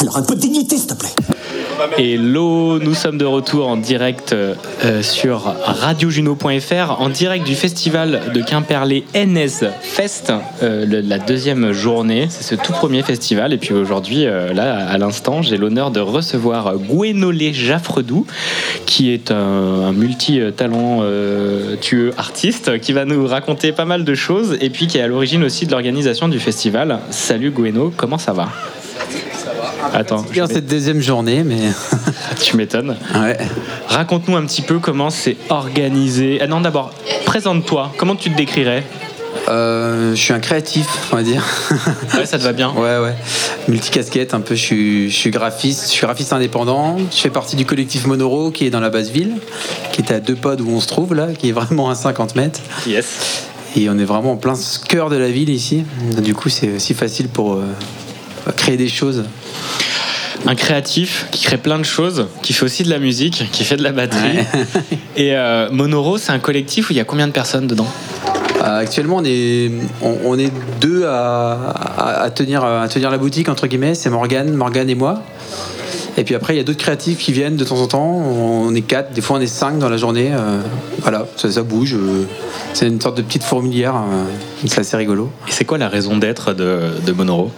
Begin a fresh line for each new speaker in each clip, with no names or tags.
Alors un peu de dignité, s'il te plaît.
Hello, nous sommes de retour en direct euh, sur radiojuno.fr, en direct du festival de Quimperlé NS Fest, euh, le- la deuxième journée. C'est ce tout premier festival. Et puis aujourd'hui, euh, là, à l'instant, j'ai l'honneur de recevoir Gwenolé Jaffredou, qui est un, un multi-talent euh, tueux artiste, qui va nous raconter pas mal de choses et puis qui est à l'origine aussi de l'organisation du festival. Salut Gweno, comment ça va Attends, je
Bien
mets-
cette deuxième journée, mais
tu m'étonnes.
ouais.
Raconte-nous un petit peu comment c'est organisé. Ah non, d'abord, présente-toi. Comment tu te décrirais
Euh, je suis un créatif, on va dire.
Ouais, ça te va bien.
ouais, ouais. Multicasquette, un peu. Je suis, je suis graphiste, je suis graphiste indépendant. Je fais partie du collectif Monoro qui est dans la basse ville, qui est à deux pas d'où on se trouve là, qui est vraiment à 50 mètres.
Yes.
Et on est vraiment en plein cœur de la ville ici. Du coup, c'est aussi facile pour euh, créer des choses.
Un créatif qui crée plein de choses, qui fait aussi de la musique, qui fait de la batterie. Et euh, Monoro, c'est un collectif où il y a combien de personnes dedans
Euh, Actuellement, on est, on, on est deux à, à- à tenir, à tenir la boutique, entre guillemets. C'est Morgane, Morgane et moi. Et puis après, il y a d'autres créatifs qui viennent de temps en temps. On est quatre, des fois on est cinq dans la journée. Euh, voilà, ça, ça bouge. Euh, C'est une sorte de petite fourmilière. euh, C'est assez rigolo.
Et c'est quoi la raison d'être de, de Monoro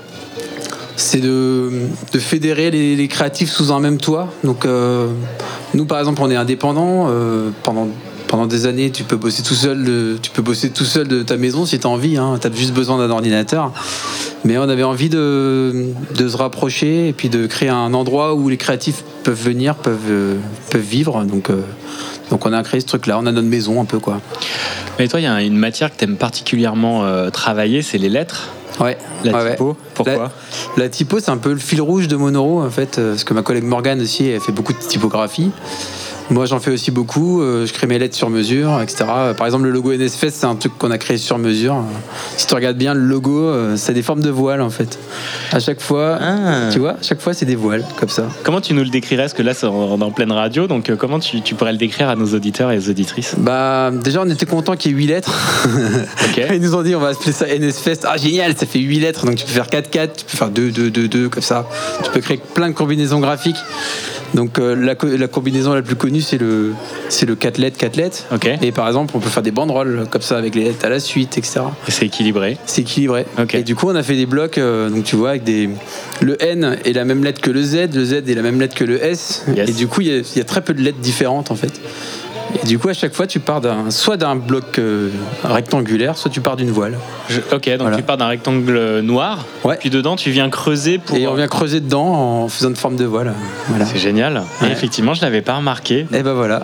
c'est de, de fédérer les, les créatifs sous un même toit. Donc, euh, nous, par exemple, on est indépendants. euh, pendant, pendant des années, tu peux bosser tout seul de, tu peux bosser tout seul de ta maison si tu as envie. Tu as juste besoin d'un ordinateur. Mais on avait envie de, de se rapprocher et puis de créer un endroit où les créatifs peuvent venir, peuvent, euh, peuvent vivre. Donc, euh, donc, on a créé ce truc-là. On a notre maison un peu, quoi.
Mais toi, il y a une matière que t'aimes particulièrement euh, travailler, c'est les lettres.
Ouais,
La
ouais, ouais.
typo, pourquoi
La, la typo, c'est un peu le fil rouge de Monoro, en fait, euh, parce que ma collègue Morgane aussi, elle fait beaucoup de typographie. Moi, j'en fais aussi beaucoup. euh, Je crée mes lettres sur mesure, etc. Euh, Par exemple, le logo NSFest, c'est un truc qu'on a créé sur mesure. Euh, Si tu regardes bien le logo, euh, c'est des formes de voiles, en fait. À chaque fois,
Ah.
tu vois, à chaque fois, c'est des voiles, comme ça.
Comment tu nous le décrirais Parce que là, c'est en, en pleine radio, donc euh, comment tu, tu pourrais le décrire à nos auditeurs et aux auditrices
Bah, déjà, on était content qu'il y ait 8 lettres.
Ok.
Ils nous ont dit, on va appeler ça NSFest. Ah, génial, ça fait 8 lettres. Donc, tu peux faire 4-4, tu peux faire 2-2-2-2, comme ça. Tu peux créer plein de combinaisons graphiques. Donc, euh, la, co- la combinaison la plus connue, c'est le, c'est le 4 lettres, 4 lettres.
Ok.
Et par exemple, on peut faire des banderoles, comme ça, avec les lettres à la suite, etc.
Et C'est équilibré.
C'est équilibré.
Ok.
Et du coup, on a fait des blocs, euh, donc tu vois, avec des. Le N est la même lettre que le Z, le Z est la même lettre que le S.
Yes.
Et du coup, il y, a- il y a très peu de lettres différentes, en fait. Et du coup, à chaque fois, tu pars d'un, soit d'un bloc euh, rectangulaire, soit tu pars d'une voile.
Je- ok, donc
Voilà.
tu pars d'un rectangle noir,
Ouais.
puis dedans tu viens creuser pour.
Et on vient creuser dedans en faisant une forme de voile. Voilà.
C'est génial. Et
Ouais.
effectivement, je l'avais pas remarqué.
Et ben voilà.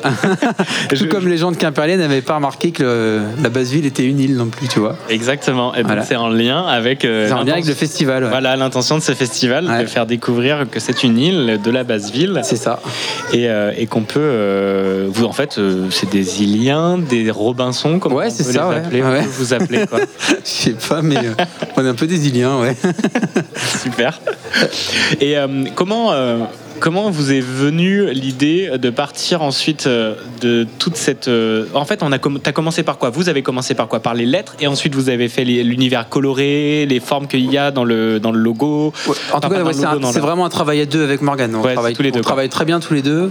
Tout
Je-
comme les gens de Quimperlé n'avaient pas remarqué que le- la basse ville était une île non plus, tu vois.
Exactement. Et donc
Voilà.
c'est en lien avec. euh,
C'est en lien avec le
l'intention-
festival. ouais.
Voilà l'intention de ce festival, de
Ouais.
faire découvrir que c'est une île de la basse ville
C'est ça.
et, euh, et qu'on peut. euh, vous, en fait, euh, c'est des Iliens, des Robinson, comme
Ouais,
on
c'est
peut
ça,
les
ouais.
appeler,
Ouais.
on peut vous appelez quoi.
Je sais pas, mais euh, on est un peu des Iliens, ouais.
Super. Et euh, comment, euh, comment vous est venue l'idée de partir ensuite euh, de toute cette. euh, En fait, on a comm- t'as commencé par quoi Vous avez commencé par quoi Par les lettres, et ensuite vous avez fait les- l'univers coloré, les formes qu'il y a dans le, dans le logo.
Ouais, en
Enfin,
tout
pas
cas,
dans
ouais,
le
c'est un-
logo, dans
c'est
le-
vraiment un travail à deux avec Morgane. hein. On,
Ouais, c'est
travaille,
tous les
on
deux, quoi.
travaille très bien tous les deux.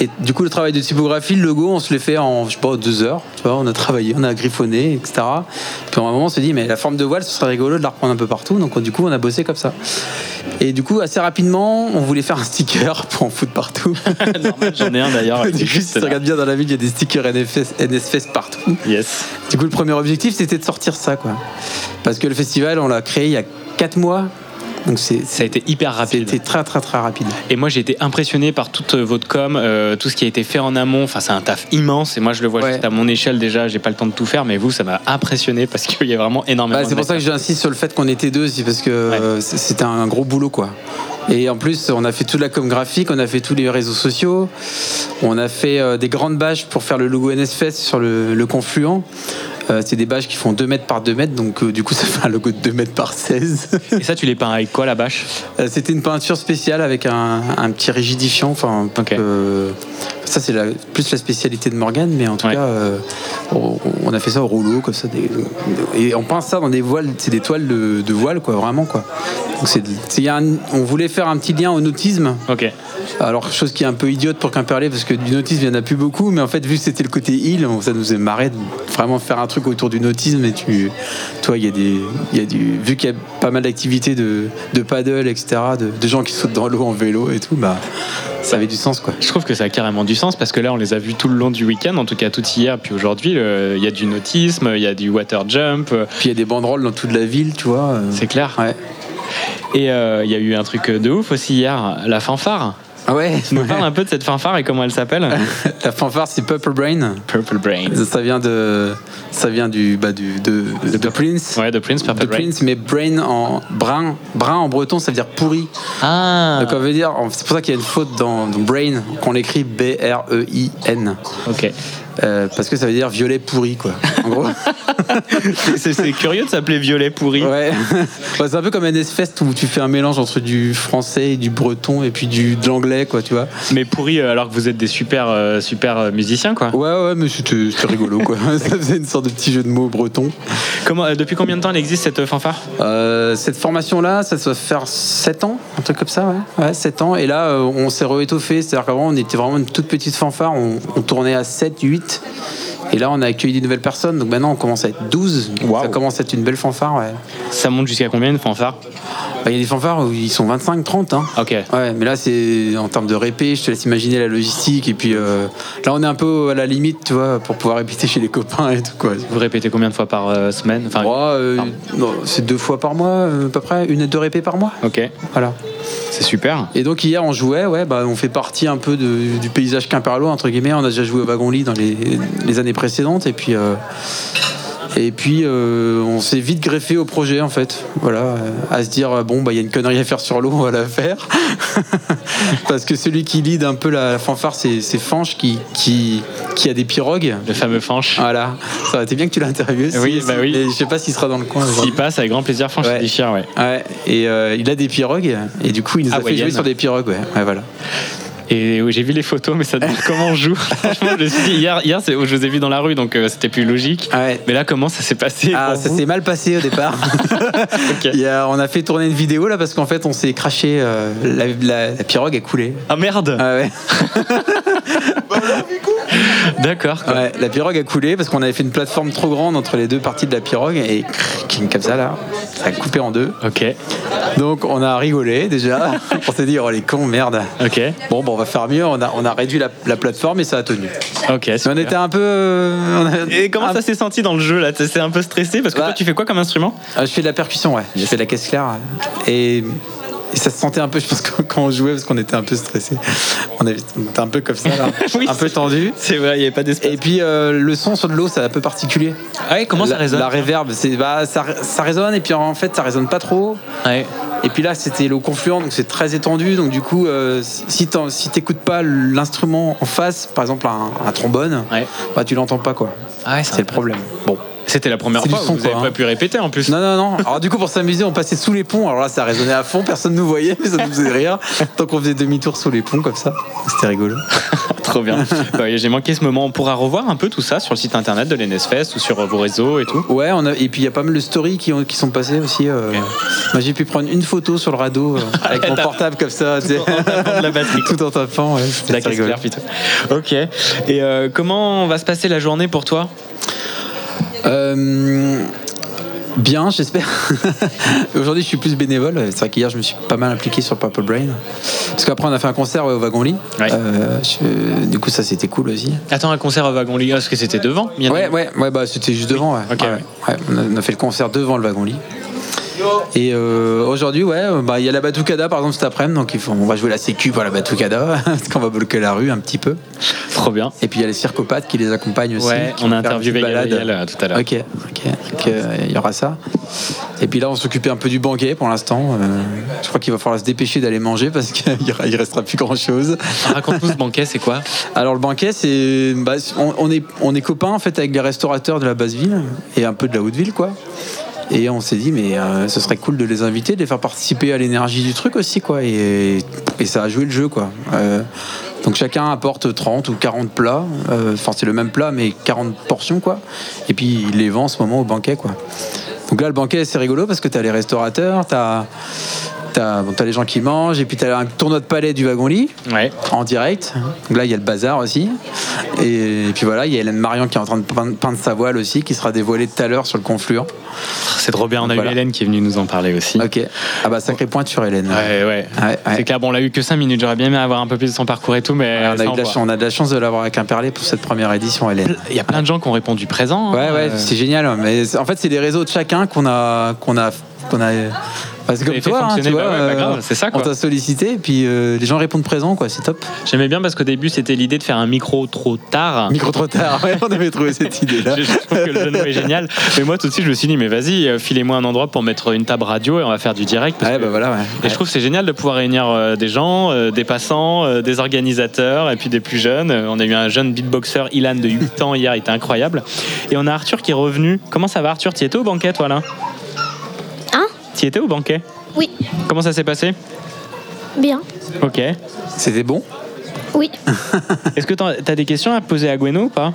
Et du coup, le travail de typographie, le logo, on se l'est fait en, je sais pas, deux heures. Tu vois, on a travaillé, on a griffonné, etc. Puis à un moment, on s'est dit, mais la forme de voile, ce serait rigolo de la reprendre un peu partout. Donc, on- du coup, on a bossé comme ça. Et du coup, assez rapidement, on voulait faire un sticker pour en foutre partout.
Normal, J'en ai un d'ailleurs.
du coup,
qui
si
existe
tu
Ah là.
regardes bien dans la ville, il y a des stickers NFS, NSFest partout.
Yes.
Du coup, le premier objectif, c'était de sortir ça, quoi. Parce que le festival, on l'a créé il y a quatre mois. Donc, c'est
Ça a été hyper rapide.
c'était très très très rapide.
Et moi, j'ai été impressionné par toute votre com, euh, tout ce qui a été fait en amont. Enfin, c'est un taf immense. Et moi, je le vois
Ouais.
juste à mon échelle déjà. J'ai pas le temps de tout faire, mais vous, ça m'a impressionné parce qu'il y a vraiment énormément.
Bah,
de
c'est pour ça que j'insiste sur le fait qu'on était deux, c'est parce que euh, c'est- c'était un gros boulot quoi. Et en plus, on a fait toute la com graphique, on a fait tous les réseaux sociaux, on a fait euh, des grandes bâches pour faire le logo NSFest sur le, le confluent. Euh, c'est des bâches qui font 2 mètres par 2 mètres, donc euh, du coup ça fait un logo de 2 mètres par 16.
Et ça, tu les peins avec quoi la bâche
Euh, C'était une peinture spéciale avec un, un petit rigidifiant. Enfin, pour
Ok.
que- ça c'est la- plus la spécialité de Morgane, mais en tout
Ouais.
cas, euh, on, on a fait ça au rouleau, comme ça. des- et on pince ça dans des voiles, c'est des toiles de, de voile, quoi, vraiment, quoi. Donc c'est, c'est- il y a un- on voulait faire un petit lien au nautisme,
Ok.
alors chose qui est un peu idiote pour Quimperlé, parce que du nautisme il n'y en a plus beaucoup, mais en fait, vu que c'était le côté île, on- ça nous faisait marrer de vraiment faire un truc autour du nautisme. Et tu, toi, il y a des. il Y a du, vu qu'il y a pas mal d'activités de, de paddle, etc., de, de gens qui sautent dans l'eau en vélo et tout, bah, ça avait du sens, quoi.
Je trouve que ça a carrément du sens parce que là, on les a vus tout le long du week-end, en tout cas tout hier, puis aujourd'hui, euh, il y a du nautisme, il y a du water jump, euh,
Puis il y a des banderoles dans toute la ville, tu vois. euh,
c'est clair.
Ouais.
Et euh, il y a eu un truc de ouf aussi hier, la fanfare.
Ah ouais,
Tu nous parles un peu de cette fanfare et comment elle s'appelle
La fanfare, c'est Purple Brain.
Purple Brain.
Ça vient de. Ça vient du. Bah, du de, de, Prince.
Ouais, The Prince, Purple
De
Brain.
Prince, mais brain en brun, brun en breton, ça veut dire pourri.
Ah,
Donc, on veut dire, c'est pour ça qu'il y a une faute dans, dans brain, qu'on l'écrit B-R-E-I-N,
ok.
Euh, parce que ça veut dire violet pourri, quoi. En gros.
C'est- C'est curieux de s'appeler Violet Pourri.
ouais. Bah, c'est un peu comme NS Fest où tu fais un mélange entre du français et du breton et puis du, de l'anglais, quoi, tu vois.
Mais pourri euh, alors que vous êtes des super, euh, super euh, musiciens, quoi.
Ouais, ouais, mais c'était c'était rigolo, quoi. ça faisait une sorte de petit jeu de mots breton.
Comment, euh, depuis combien de temps elle existe cette euh, fanfare
Euh, cette formation-là, ça doit faire 7 ans, un truc comme ça, ouais. ouais 7 ans. Et là, euh, on s'est réétoffé. C'est-à-dire qu'avant, on était vraiment une toute petite fanfare. On, on tournait à 7, 8. Et là, on a accueilli des nouvelles personnes. Donc maintenant, on commence à être 12.
Waouh.
Ça commence à être une belle fanfare, ouais.
Ça monte jusqu'à combien une fanfare
Bah, Il y a des fanfares où ils sont 25, 30. Hein.
Ah, Ok.
Ouais, mais là, c'est en termes de répé, je te laisse imaginer la logistique. Et puis euh, là, on est un peu à la limite, tu vois, pour pouvoir répéter chez les copains et tout, quoi.
Vous répétez combien de fois par euh, semaine enfin,
Moi, euh, non, c'est deux fois par mois, euh, à peu près, une à deux répé par mois.
Ok,
Voilà.
c'est super.
Et donc hier on jouait, ouais, bah, on fait partie un peu de- du paysage quimperlois entre guillemets. On a déjà joué au wagon lit dans les, les années précédentes et puis euh, et puis euh, on s'est vite greffé au projet en fait. Voilà, euh, à se dire euh, bon bah il y a une connerie à faire sur l'eau, on va la faire parce que celui qui lead un peu la, la fanfare c'est c'est Fanche qui, qui qui a des pirogues.
Le fameux Fanche.
Voilà, ça aurait été bien que tu l'as interviewé. si-
Oui, bah
si-
oui.
mais Je sais pas s'il sera dans le coin. aujourd'hui.
S'il passe, avec grand plaisir, Fanche
Ouais.
se déchire, ouais.
Ouais, et euh, il a des pirogues et du coup il nous a fait
Hawaïenne.
jouer sur des pirogues, ouais, ouais voilà.
Et oui, j'ai vu les photos, mais ça demande comment on joue. Franchement, je me suis dit, hier, hier c'est- je vous ai vu dans la rue, donc euh, c'était plus logique.
Ah Ouais.
Mais là, comment ça s'est passé
Ah,
pour
ça
vous
s'est mal passé au départ.
Ok.
Il y a- on a fait tourner une vidéo là parce qu'en fait on s'est craché, euh, la, la- la pirogue a coulé.
Ah merde
Ah ouais.
D'accord. quoi.
Ah. Ouais, la pirogue a coulé parce qu'on avait fait une plateforme trop grande entre les deux parties de la pirogue et crrr, comme ça là, ça a coupé en deux.
Ok,
Donc on a rigolé déjà. on s'est dit oh les cons merde.
ok,
Bon, bon on va faire mieux. On a, on a réduit la, la plateforme et ça a tenu.
ok.
Mais
super.
on était un peu. euh, on a-
Et comment
un-
ça s'est senti dans le jeu là T'es t'es un peu stressé parce que
Bah-
toi, tu fais quoi comme instrument
Ah, je fais de la percussion, ouais. Je fais de la caisse claire. Et, et ça se sentait un peu, je pense, que quand on jouait, parce qu'on était un peu stressé. On avait- on était un peu comme ça, là.
Oui,
un peu
c'est-
tendu.
C'est vrai, il n'y avait pas d'espace.
Et puis euh, le son sur de l'eau, c'est un peu particulier.
Ah ouais, comment
la,
ça résonne
La réverb, c'est- bah, ça, ça résonne, et puis en fait, ça résonne pas trop.
Ouais.
Et puis là, c'était l'eau confluente, donc c'est très étendu. Donc du coup, euh, si t'en- si t'écoutes pas l'instrument en face, par exemple un, un trombone,
Ouais.
bah, tu l'entends pas, quoi.
Ah ouais,
C'est le problème. Bon.
C'était la première
C'est
fois,
du son,
vous n'avez
quoi,
pas
hein.
pu répéter en plus.
Non, non, non. Alors, du coup, pour s'amuser, on passait sous les ponts. Alors là, ça résonnait à fond, personne nous voyait, mais ça nous faisait rire. Tant qu'on faisait demi-tour sous les ponts, comme ça. C'était rigolo.
Trop bien. Bah, J'ai manqué ce moment. On pourra revoir un peu tout ça sur le site internet de l'NSFest ou sur euh, vos réseaux et tout.
Ouais, on a... et puis il y a pas mal de stories qui, ont- qui sont passées aussi. euh. Moi, j'ai pu prendre une photo sur le radeau euh, avec mon portable, comme ça, tu sais.
De la batterie.
tout en tapant. Ouais, c'était
La caisse
rigolo.
claire, putain. Ok. Et euh, comment va se passer la journée pour toi
Euh, Bien, j'espère. Aujourd'hui, je suis plus bénévole. C'est vrai qu'hier, je me suis pas mal impliqué sur Purple Brain. Parce qu'après, on a fait un concert ouais, au Wagon Lit.
Ouais.
Euh, je- Du coup, ça, c'était cool aussi.
Attends, un concert à Wagon Lit, est-ce que c'était devant Il y en a-
Ouais, ouais, ouais, bah c'était juste devant. Ouais.
Ok,
Ouais, ouais. On, a, on a fait le concert devant le wagon lit. Et euh, aujourd'hui, ouais, euh, bah, il y a la Batucada par exemple cet après-midi, donc il faut- on va jouer la sécu par la Batucada, parce qu'on va bloquer la rue un petit peu.
Trop bien.
Et puis il y a les circopathes qui les accompagnent aussi.
Ouais,
qui
on a
vont faire
interviewé
une petite
Gabriel
balade.
euh, tout à l'heure.
Ok, ok, donc, euh, il y aura ça. Et puis là, on s'occupait un peu du banquet pour l'instant. Euh, je crois qu'il va falloir se dépêcher d'aller manger parce qu'il y aura- il restera plus grand-chose.
Raconte-nous ce banquet, c'est quoi
Alors le banquet, c'est bah, on, on est on est copains en fait avec les restaurateurs de la basse ville et un peu de la haute ville quoi. Et on s'est dit, mais euh, ce serait cool de les inviter, de les faire participer à l'énergie du truc aussi, quoi. Et, et ça a joué le jeu, quoi. Euh, donc chacun apporte 30 ou 40 plats, Euh, enfin c'est le même plat, mais 40 portions, quoi. Et puis il les vend en ce moment au banquet, quoi. Donc là, le banquet, c'est rigolo parce que t'as les restaurateurs, t'as. T'as bon, t'as les gens qui mangent, et puis t'as un tournoi de palais du wagon-lit
Ouais.
en direct. Donc là, il y a le bazar aussi. Et, puis voilà, il y a Hélène Marion qui est en train de peindre, peindre sa voile aussi, qui sera dévoilée tout à l'heure sur le confluent.
C'est trop bien. On a
Voilà.
eu Hélène qui est venue nous en parler aussi.
Ok. Ah bah, sacrée pointure, Hélène.
Ouais, ouais.
Ouais, ouais.
C'est clair, bon, on l'a eu que 5 minutes. J'aurais bien aimé avoir un peu plus de son parcours et tout, mais.
Ouais, on,
ça,
a eu de la
voit.
chance, on a de la chance de l'avoir avec un perlé pour cette première édition, Hélène.
Il y a plein de gens qui ont répondu présent.
Ouais,
hein,
ouais,
euh,
c'est génial. Mais c'est- en fait, c'est les réseaux de chacun qu'on a, qu'on a, qu'on a. Parce que
Vous
comme
avez fait
toi, hein,
fonctionner,
tu vois,
bah ouais, bah
euh,
grave, c'est ça, quoi.
on t'a sollicité, et puis euh, les gens répondent présent, quoi. C'est top.
J'aimais bien parce qu'au début, c'était l'idée de faire un micro trop tard.
Micro trop tard. Ouais, on avait trouvé cette idée-là.
Je je trouve que le jeu de mots est génial. Mais moi, tout de suite, je me suis dit, mais vas-y, euh, filez-moi un endroit pour mettre une table radio et on va faire du direct. parce
Ouais,
que-
bah voilà. ouais.
Et je trouve que c'est génial de pouvoir réunir euh, des gens, euh, des passants, euh, des organisateurs et puis des plus jeunes. Euh, On a eu un jeune beatboxer, Ilan, de 8 ans hier, il était incroyable. Et on a Arthur qui est revenu. Comment ça va, Arthur Tu étais au banquet, toi, là
Hein
Tu étais au banquet
Oui.
Comment ça s'est passé
Bien.
Ok.
C'était bon.
Oui.
Est-ce que t'en- t'as des questions à poser à Gweno ou pas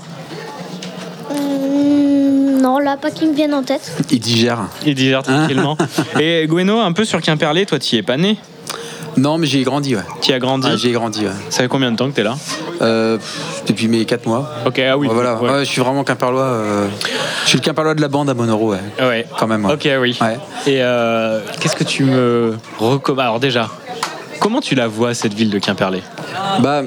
Hum, non, là, pas qui me viennent en tête.
Il digère.
Il digère
Ah.
tranquillement. et Gweno, un peu sur Quimperlé, toi, tu es pas né
Non, mais j'ai grandi, ouais.
Tu as grandi
Ah, j'ai grandi, ouais.
Ça fait combien de temps que t'es là
Euh, pff, depuis mes 4 mois.
Ok, ah oui.
Ouais, voilà,
ouais.
Ouais, je suis vraiment Quimperlois. euh, je suis le Quimperlois de la bande à Monoro, ouais.
Ah Ouais.
Quand même, ouais.
Ok, oui.
Ouais.
Et euh, qu'est-ce que tu me recommandes Alors déjà, comment tu la vois cette ville de Quimperlé
Bah,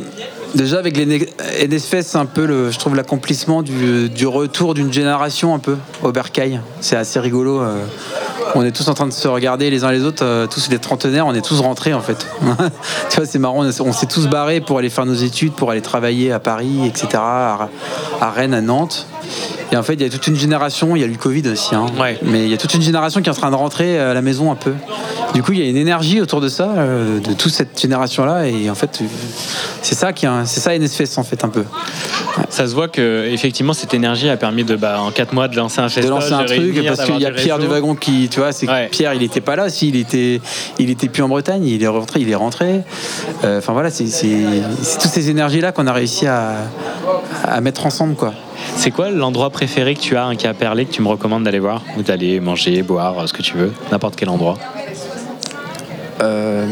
déjà avec les né- NSFest, c'est un peu, le, je trouve, l'accomplissement du, du retour d'une génération un peu au bercail. C'est assez rigolo. euh. On est tous en train de se regarder les uns les autres, euh, tous les trentenaires, on est tous rentrés en fait. tu vois, c'est marrant, on est- on s'est tous barrés pour aller faire nos études, pour aller travailler à Paris, etc., à, à Rennes, à Nantes. Et en fait, il y a toute une génération, il y a eu le Covid aussi, hein,
Ouais.
mais il y a toute une génération qui est en train de rentrer euh, à la maison un peu. Du coup, il y a une énergie autour de ça, euh, de toute cette génération-là, et en fait, euh, c'est ça qui, est un- c'est ça NSFest en fait un peu.
Ça se voit que effectivement cette énergie a permis de, bah, en 4 mois, de lancer un
de
festival,
lancer un
de
truc
réunir,
parce qu'il y a
d'avoir
Pierre du
réseau.
wagon qui tu vois c'est que
Ouais.
Pierre il n'était pas là s'il était il était plus en Bretagne il est rentré il est rentré Euh, enfin voilà c'est c'est- c'est toutes ces énergies là qu'on a réussi à, à mettre ensemble quoi
C'est quoi l'endroit préféré que tu as, un Quimperlé, que tu me recommandes d'aller voir Ou d'aller manger, boire, ce que tu veux, n'importe quel endroit
Euh,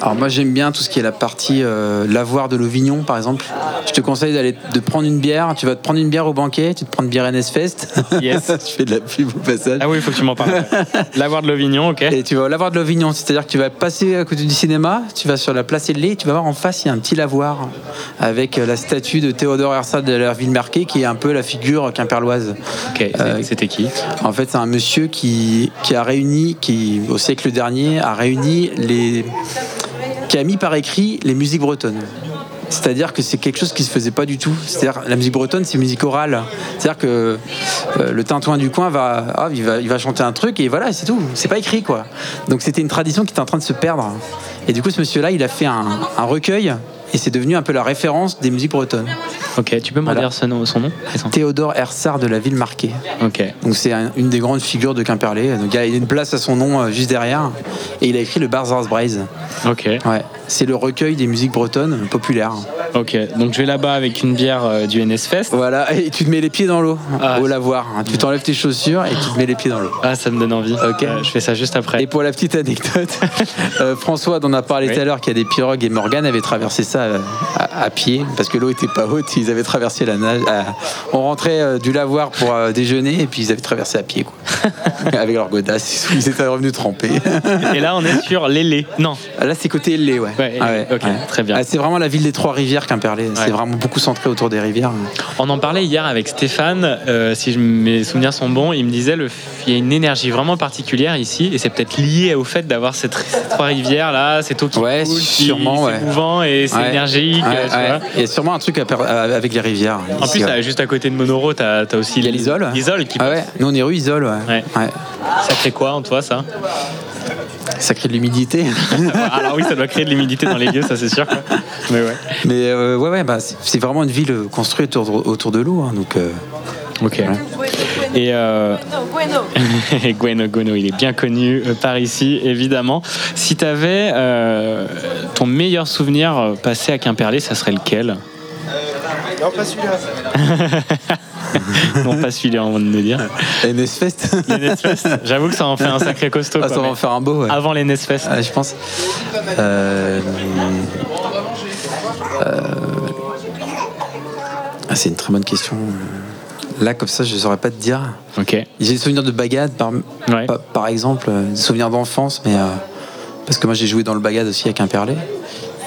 alors moi j'aime bien tout ce qui est la partie euh, l'avoir de l'Auvignon par exemple je te conseille d'aller de prendre une bière tu vas te prendre une bière au banquet tu te prends une bière NS Fest
Yes.
je fais de la pub au passage
Ah oui, il faut que tu m'en parles. L'avoir de l'Ovignon, ok.
Et tu vas au lavoir de l'Auvignon, c'est-à-dire que tu vas passer à côté du cinéma, tu vas sur la place Edley, tu vas voir en face, il y a un petit lavoir avec euh, la statue de Théodore Herzl de la ville marquée, qui est un peu la figure quimperloise.
Ok,
Euh,
c'était qui
En fait, c'est un monsieur qui, qui a réuni, qui au siècle dernier a réuni les. qui a mis par écrit les musiques bretonnes. C'est-à-dire que c'est quelque chose qui se faisait pas du tout. C'est-à-dire la musique bretonne, c'est musique orale. C'est-à-dire que euh, le tintouin du coin va, ah, il va, il va chanter un truc et voilà, c'est tout. C'est pas écrit quoi. Donc c'était une tradition qui était en train de se perdre. Et du coup, ce monsieur-là, il a fait un, un recueil et c'est devenu un peu la référence des musiques bretonnes.
Ok, tu peux me
Voilà.
redire son nom, son nom Attends.
Théodore Hersart de la ville marquée.
Ok.
Donc c'est un- une des grandes figures de Quimperlé. Donc il y a une place à son nom euh, juste derrière. Et il a écrit le Barzars Braise.
Ok.
Ouais. C'est le recueil des musiques bretonnes populaires.
Ok, donc je vais là-bas avec une bière euh, du NS Fest.
Voilà. Et tu te mets les pieds dans l'eau
Ah.
au lavoir. hein. Tu t'enlèves tes chaussures et tu te mets les pieds dans l'eau.
Ah, ça me donne envie.
Ok.
Euh, je fais ça juste après.
Et pour la petite anecdote, euh, François, dont on a parlé
Oui.
tout à l'heure, qui a des pirogues, et Morgane avait traversé ça euh, à, à pied, parce que l'eau était pas haute, ils avaient traversé la nage. à- on rentrait euh, du lavoir pour euh, déjeuner, et puis ils avaient traversé à pied, quoi. Avec leur godasse, ils étaient revenus trempés.
Et là, on est sur l'élé. Non.
Ah, Là, c'est côté Lé, ouais.
Ouais, ok, très bien.
Ah, c'est vraiment la ville des trois rivières Quimperlé.
Ouais.
C'est vraiment beaucoup centré autour des rivières.
On en parlait hier avec Stéphane. euh, si je- mes souvenirs sont bons, il me disait le- il y a une énergie vraiment particulière ici, et c'est peut-être lié au fait d'avoir ces, tr- ces trois rivières là, cette eau qui
Ouais,
coule, qui-
sûrement,
c'est
ouais.
mouvant et c'est
Ouais.
énergique.
Ouais,
euh, tu
ouais.
vois.
Il y a sûrement un truc à per- à- avec les rivières.
En plus, là, juste à côté de Monoro, t'as as aussi
il y a l'isole. ouais.
l'isole qui
Ah ouais. Nous, on est rue Isole, ouais.
Ouais.
Ouais.
ça crée quoi en toi ça Ah,
Ça crée de l'humidité.
Alors oui, ça doit créer de l'humidité dans les lieux, ça c'est sûr. quoi. Mais ouais.
Mais euh, ouais, ouais, bah, c'est- c'est vraiment une ville construite autour, autour de l'eau. hein, donc, euh,
Ok. Et euh, et Gweno Gono, il est bien connu euh, par ici, évidemment. Si tu avais ton meilleur souvenir euh, passé à Quimperlé, ça serait lequel
Euh, Non, pas celui-là.
Non, pas celui-là, on vient de le dire.
NS Fest
Les Nesfest, j'avoue que ça en fait un sacré costaud.
Ah,
quoi,
ça va
mais
en faire un beau, ouais.
Avant les Nesfest.
Ah, je pense. Euh, euh, ah, c'est une très bonne question. Là, comme ça, je ne saurais pas te dire.
Ok.
J'ai des souvenirs de bagade, par,
Ouais.
par, par exemple, euh, des souvenirs d'enfance, mais euh, parce que moi, j'ai joué dans le bagade aussi à Quimperlé.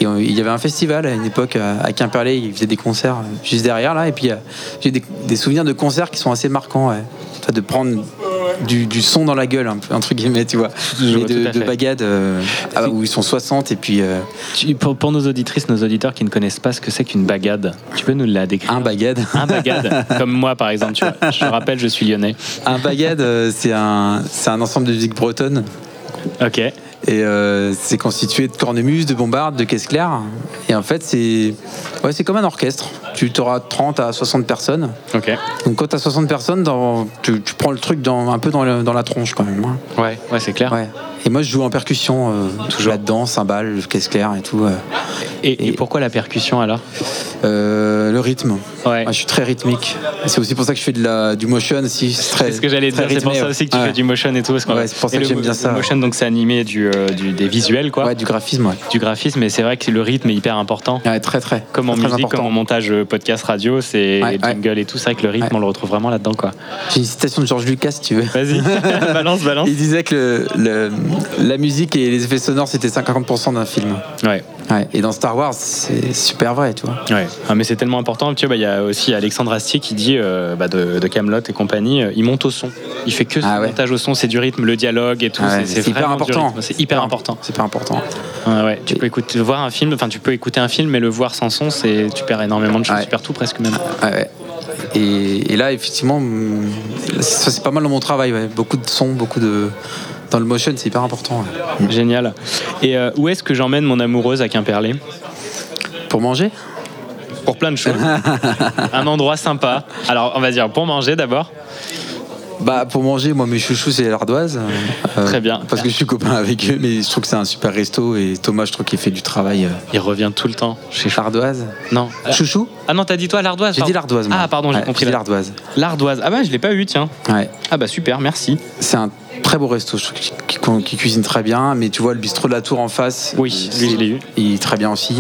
Et on- il y avait un festival à une époque euh, à Quimperlé, ils faisaient des concerts euh, juste derrière là. Et puis, euh, j'ai des, des souvenirs de concerts qui sont assez marquants, ouais. Enfin, de prendre. Du, du son dans la gueule, un peu, entre guillemets, tu vois.
Je
Mais
vois tout
de,
à
de
fait.
bagade euh, ah, où ils sont 60 et puis euh,
Tu- pour, pour nos auditrices, nos auditeurs qui ne connaissent pas ce que c'est qu'une bagade, tu peux nous la décrire
un bagade.
Un bagade, comme moi par exemple, tu vois. Je te rappelle, je suis lyonnais.
Un bagade, euh, c'est un, c'est un ensemble de musique bretonne.
Ok.
Et euh, c'est constitué de cornemuse, de bombarde, de caisse claire. Et en fait, c'est ouais, c'est comme un orchestre. Tu auras 30 à 60 personnes.
Ok.
Donc quand tu as 60 personnes, dans- tu, tu prends le truc dans, un peu dans, le- dans la tronche quand même. hein.
Ouais, ouais c'est clair.
Ouais. Et moi, je joue en percussion, euh, toujours là-dedans, cymbales, caisse claire et tout. euh.
Et, et
Et-
pourquoi la percussion alors
Euh, le rythme.
Ouais.
Moi, je suis très rythmique. C'est aussi pour ça que je fais de la, du motion. Si, c'est très-
C'est ce que j'allais
très
dire, c'est pour
rythmé,
ça
ouais.
aussi que tu
Ouais.
fais du motion et tout. Parce qu'on-
Ouais, c'est pour ça
et
que
le
j'aime
mo-
bien ça,
Le motion, donc c'est animé du, euh, du- des visuels, quoi,
Ouais, du graphisme, ouais.
du graphisme, mais c'est vrai que le rythme est hyper important.
Ouais, très très.
Comme en
Très
musique,
important.
comme en montage euh, podcast radio, c'est
Ouais,
les jingles et tout, c'est vrai que le rythme,
Ouais.
on le retrouve vraiment là-dedans, quoi.
J'ai une citation de Georges Lucas, si tu veux.
Vas-y, balance, balance.
Il disait que le- le- la musique et les effets sonores c'était 50% d'un film.
Ouais.
Ouais, Et dans Star Wars, c'est super vrai, tu vois.
Ouais. Ah, mais c'est tellement important. Tu vois, bah, il y a aussi Alexandre Astier qui dit euh, bah, de Camelot et compagnie, euh, il monte au son. Il fait que ce
Ah ouais.
montage au son, c'est du rythme, le dialogue et tout.
Ah ouais,
c'est- c'est
hyper
vraiment du
important.
rythme, C'est hyper important.
C'est pas important. Ah
Ouais, ouais. Tu peux écouter, voir un film, enfin tu peux écouter un film, mais le voir sans son, c'est tu perds énormément de choses,
Ouais.
tu perds tout presque même.
Ouais, ouais. Et, et là, effectivement, hum, ça c'est pas mal dans mon travail. ouais. Beaucoup de sons, beaucoup de. Dans le motion, c'est hyper important. ouais.
Génial. Et euh, où est-ce que j'emmène mon amoureuse à Quimperlé
Pour manger
Pour plein de choses. un endroit sympa. Alors on va dire pour manger d'abord.
Bah, pour manger, moi, mes chouchous, c'est l'ardoise. euh,
Très bien.
Parce que je suis copain avec eux, mais je trouve que c'est un super resto. Et Thomas, je trouve qu'il fait du travail. euh,
Il revient tout le temps chez Chou.
Ardoise
Non.
Chouchou
Ah non, t'as dit toi l'ardoise.
J'ai dit
pardon.
l'ardoise, moi.
Ah pardon, j'ai
Ouais,
compris.
J'ai dit
la-
l'ardoise.
L'ardoise. Ah bah je l'ai pas eu, tiens.
Ouais.
Ah bah super, merci.
C'est un très beau resto, je trouve, qui, qui- qui cuisine très bien. Mais tu vois, le bistrot de la Tour en face.
Oui,
euh,
lui,
c'est-
je l'ai eu.
Il est très bien aussi.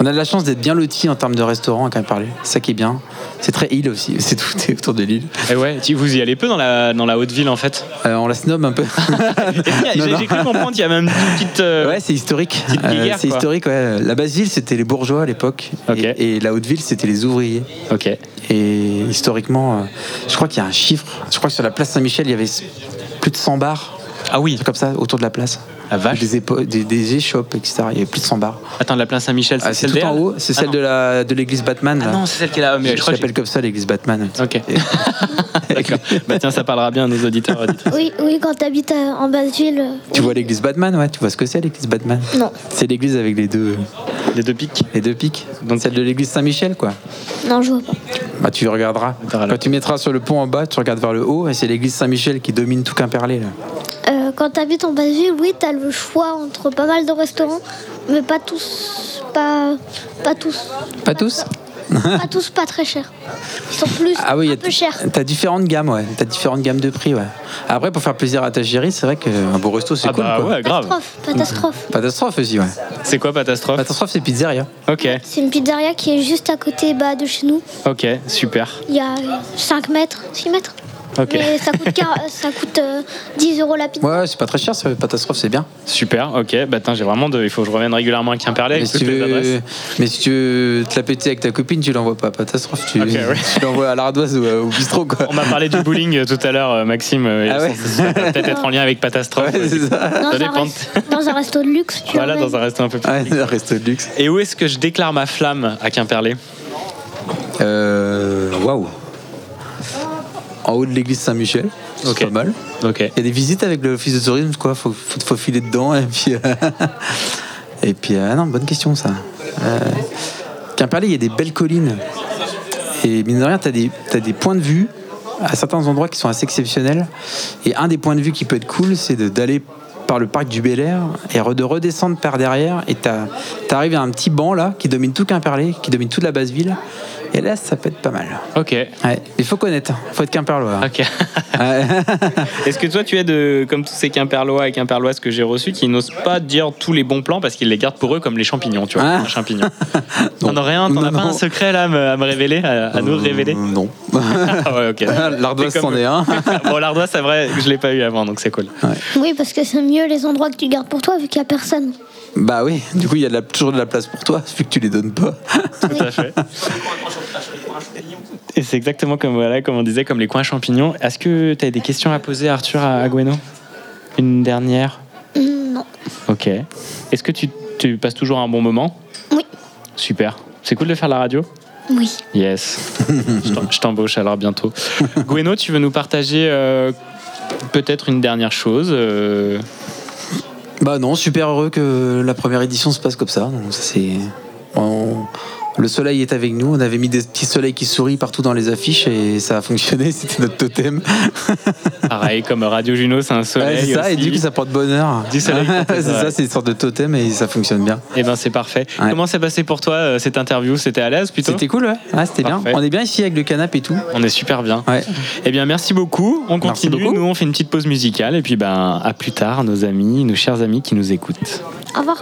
On a de la chance d'être bien lotis en termes de restaurant, quand même parlé. C'est ça qui est bien. C'est très île aussi. C'est tout est autour de l'île.
Et Eh ouais, tu- vous y allez peu dans la dans la haute ville en fait.
Euh, on la snob un peu.
Tiens,
Non,
J'ai
non.
j'ai cru comprendre qu'il y a même une petite. euh,
ouais, c'est historique.
Petite
Euh,
guéguerre,
c'est
quoi.
historique, ouais. La basse ville, c'était les bourgeois à l'époque.
Ok.
Et, et la haute ville, c'était les ouvriers.
Ok.
Et historiquement, euh, je crois qu'il y a un chiffre. Je crois que sur la place Saint-Michel, il y avait plus de 100 bars.
Ah oui.
Comme ça, autour de la place.
La vache.
Des, épo- des, des échoppes, etc. Il y avait plus de 100 bars.
Attends, la place Saint-Michel, c'est
Ah, c'est
celle
tout en
d'Hérault
haut, c'est
Ah
celle
non.
de la de l'église Batman.
Ah
là.
non, c'est celle qui est là. Mais je,
je
crois que
l'appelle comme ça l'église Batman.
j'ai- Ok. D'accord. bah tiens, ça parlera bien à nos auditeurs. auditrices.
Oui, oui, quand t'habites euh, en basse ville. euh,
Tu vois l'église Batman, ouais, tu vois ce que c'est l'église Batman.
Non,
C'est l'église avec les deux
Les deux pics.
les deux pics. Donc celle de l'église Saint-Michel quoi.
non, je vois pas.
Bah tu regarderas.
Attends, là.
Quand tu mettras sur le pont en bas, tu regardes vers le haut et c'est l'église Saint-Michel qui domine tout Quimperlé là.
Euh, quand t'habites en basse ville, oui, t'as le choix entre pas mal de restaurants, mais pas tous. Pas, pas tous.
Pas tous
Pas tous pas très chers. Ils sont plus
Ah oui, il y
un
a-
peu chers.
T'as différentes gammes ouais, t'as différentes gammes de prix ouais. Après pour faire plaisir à ta chérie, c'est vrai qu'un beau resto c'est
Ah
cool
bah
quoi.
ouais, grave.
Catastrophe, catastrophe.
Catastrophe aussi ouais.
C'est quoi catastrophe
Catastrophe c'est pizzeria.
Ok,
C'est une pizzeria qui est juste à côté bah, de chez nous.
ok, super.
Il y a 5 mètres, 6 mètres.
Ok.
Mais ça coûte, quar- ça coûte euh, 10 euros la pizza.
Ouais, ouais, c'est pas très cher, ça, catastrophe c'est bien.
Super, ok. Bah tiens, j'ai vraiment de. Il faut que je revienne régulièrement à Quimperlé
Mais
avec
si,
toutes
tu
les
veux,
adresses.
mais si tu veux te la péter avec ta copine, tu l'envoies pas à Patastrophe, tu,
Ok, ouais.
tu l'envoies à l'ardoise ou euh, au bistrot. Quoi.
On m'a parlé du bowling euh, tout à l'heure, euh, Maxime. euh,
Ah
et
ouais
ça- ça peut peut-être être en lien avec catastrophe.
Ouais, c'est ça.
Dans,
Ça
un
dépend.
rest- dans un resto de luxe, tu
Voilà,
emmènes.
dans un resto un peu plus.
Ouais, le resto de luxe.
Et où est-ce que je déclare ma flamme à Quimperlé
Euh, Waouh. En haut de l'église Saint-Michel, c'est
Ok.
pas mal.
Ok.
Il y a des visites avec l'office de tourisme, quoi. Faut, faut, faut filer dedans. Et puis, euh, et puis euh, non, bonne question ça. Euh, Quimperlé, il y a des belles collines. Et mine de rien, t'as des, t'as des points de vue à certains endroits qui sont assez exceptionnels. Et un des points de vue qui peut être cool, c'est de- d'aller par le parc du Bel Air et re- de redescendre par derrière. Et t'as- t'arrives à un petit banc là qui domine tout Quimperlé, qui domine toute la basse ville. Et là, ça peut être pas mal.
Ok.
Ouais. Il faut connaître, faut être Quimperlois.
Ok.
Ouais.
Est-ce que toi, tu es de, comme tous ces Quimperlois et Quimperloises que j'ai reçus, qui n'osent pas dire tous les bons plans parce qu'ils les gardent pour eux comme les champignons, tu vois,
Ah.
un champignon.
Non.
T'en aurais un, t'en
Non,
as pas
non.
un secret là à me, à me révéler, à, à nous révéler
Euh, Non.
Ah ouais, ok.
L'ardoise,
C'est comme-
c'en est un.
bon, l'ardoise, c'est vrai, que je l'ai pas eu avant, donc c'est cool.
Oui, parce que c'est mieux les endroits que tu gardes pour toi vu qu'il n'y a personne.
Bah oui, du coup, il y a de la- toujours de la place pour toi, vu que tu les donnes pas.
Tout à fait. Et c'est exactement comme voilà, comme on disait, comme les coins champignons. Est-ce que tu as des questions à poser, Arthur, à, à Gweno Une dernière.
Mm, Non.
Ok. Est-ce que tu, tu passes toujours un bon moment
Oui.
Super. C'est cool de faire la radio
Oui.
Yes. Je t'em- je t'embauche alors bientôt. Gweno, tu veux nous partager euh, peut-être une dernière chose euh,
Bah non, super heureux que la première édition se passe comme ça. Donc ça, c'est on- le soleil est avec nous. On avait mis des petits soleils qui sourient partout dans les affiches et ça a fonctionné. C'était notre totem.
Pareil, comme Radio Juno, c'est un soleil.
Ouais, c'est ça. Et
aussi.
du coup, ça porte bonheur.
Du soleil porte
c'est
bonheur.
ça, c'est une sorte de totem et ça fonctionne bien.
Eh ben, c'est parfait.
Ouais.
Comment s'est passé pour toi euh, cette interview C'était à l'aise plutôt
C'était cool, ouais. Ah, c'était bien.
Parfait.
On est bien ici avec le canapé et tout.
On est super bien.
Ouais.
Eh bien, merci beaucoup. On
Merci
continue.
beaucoup.
Nous, on fait une petite pause musicale. Et puis, ben, à plus tard, nos amis, nos chers amis qui nous écoutent.
Au revoir.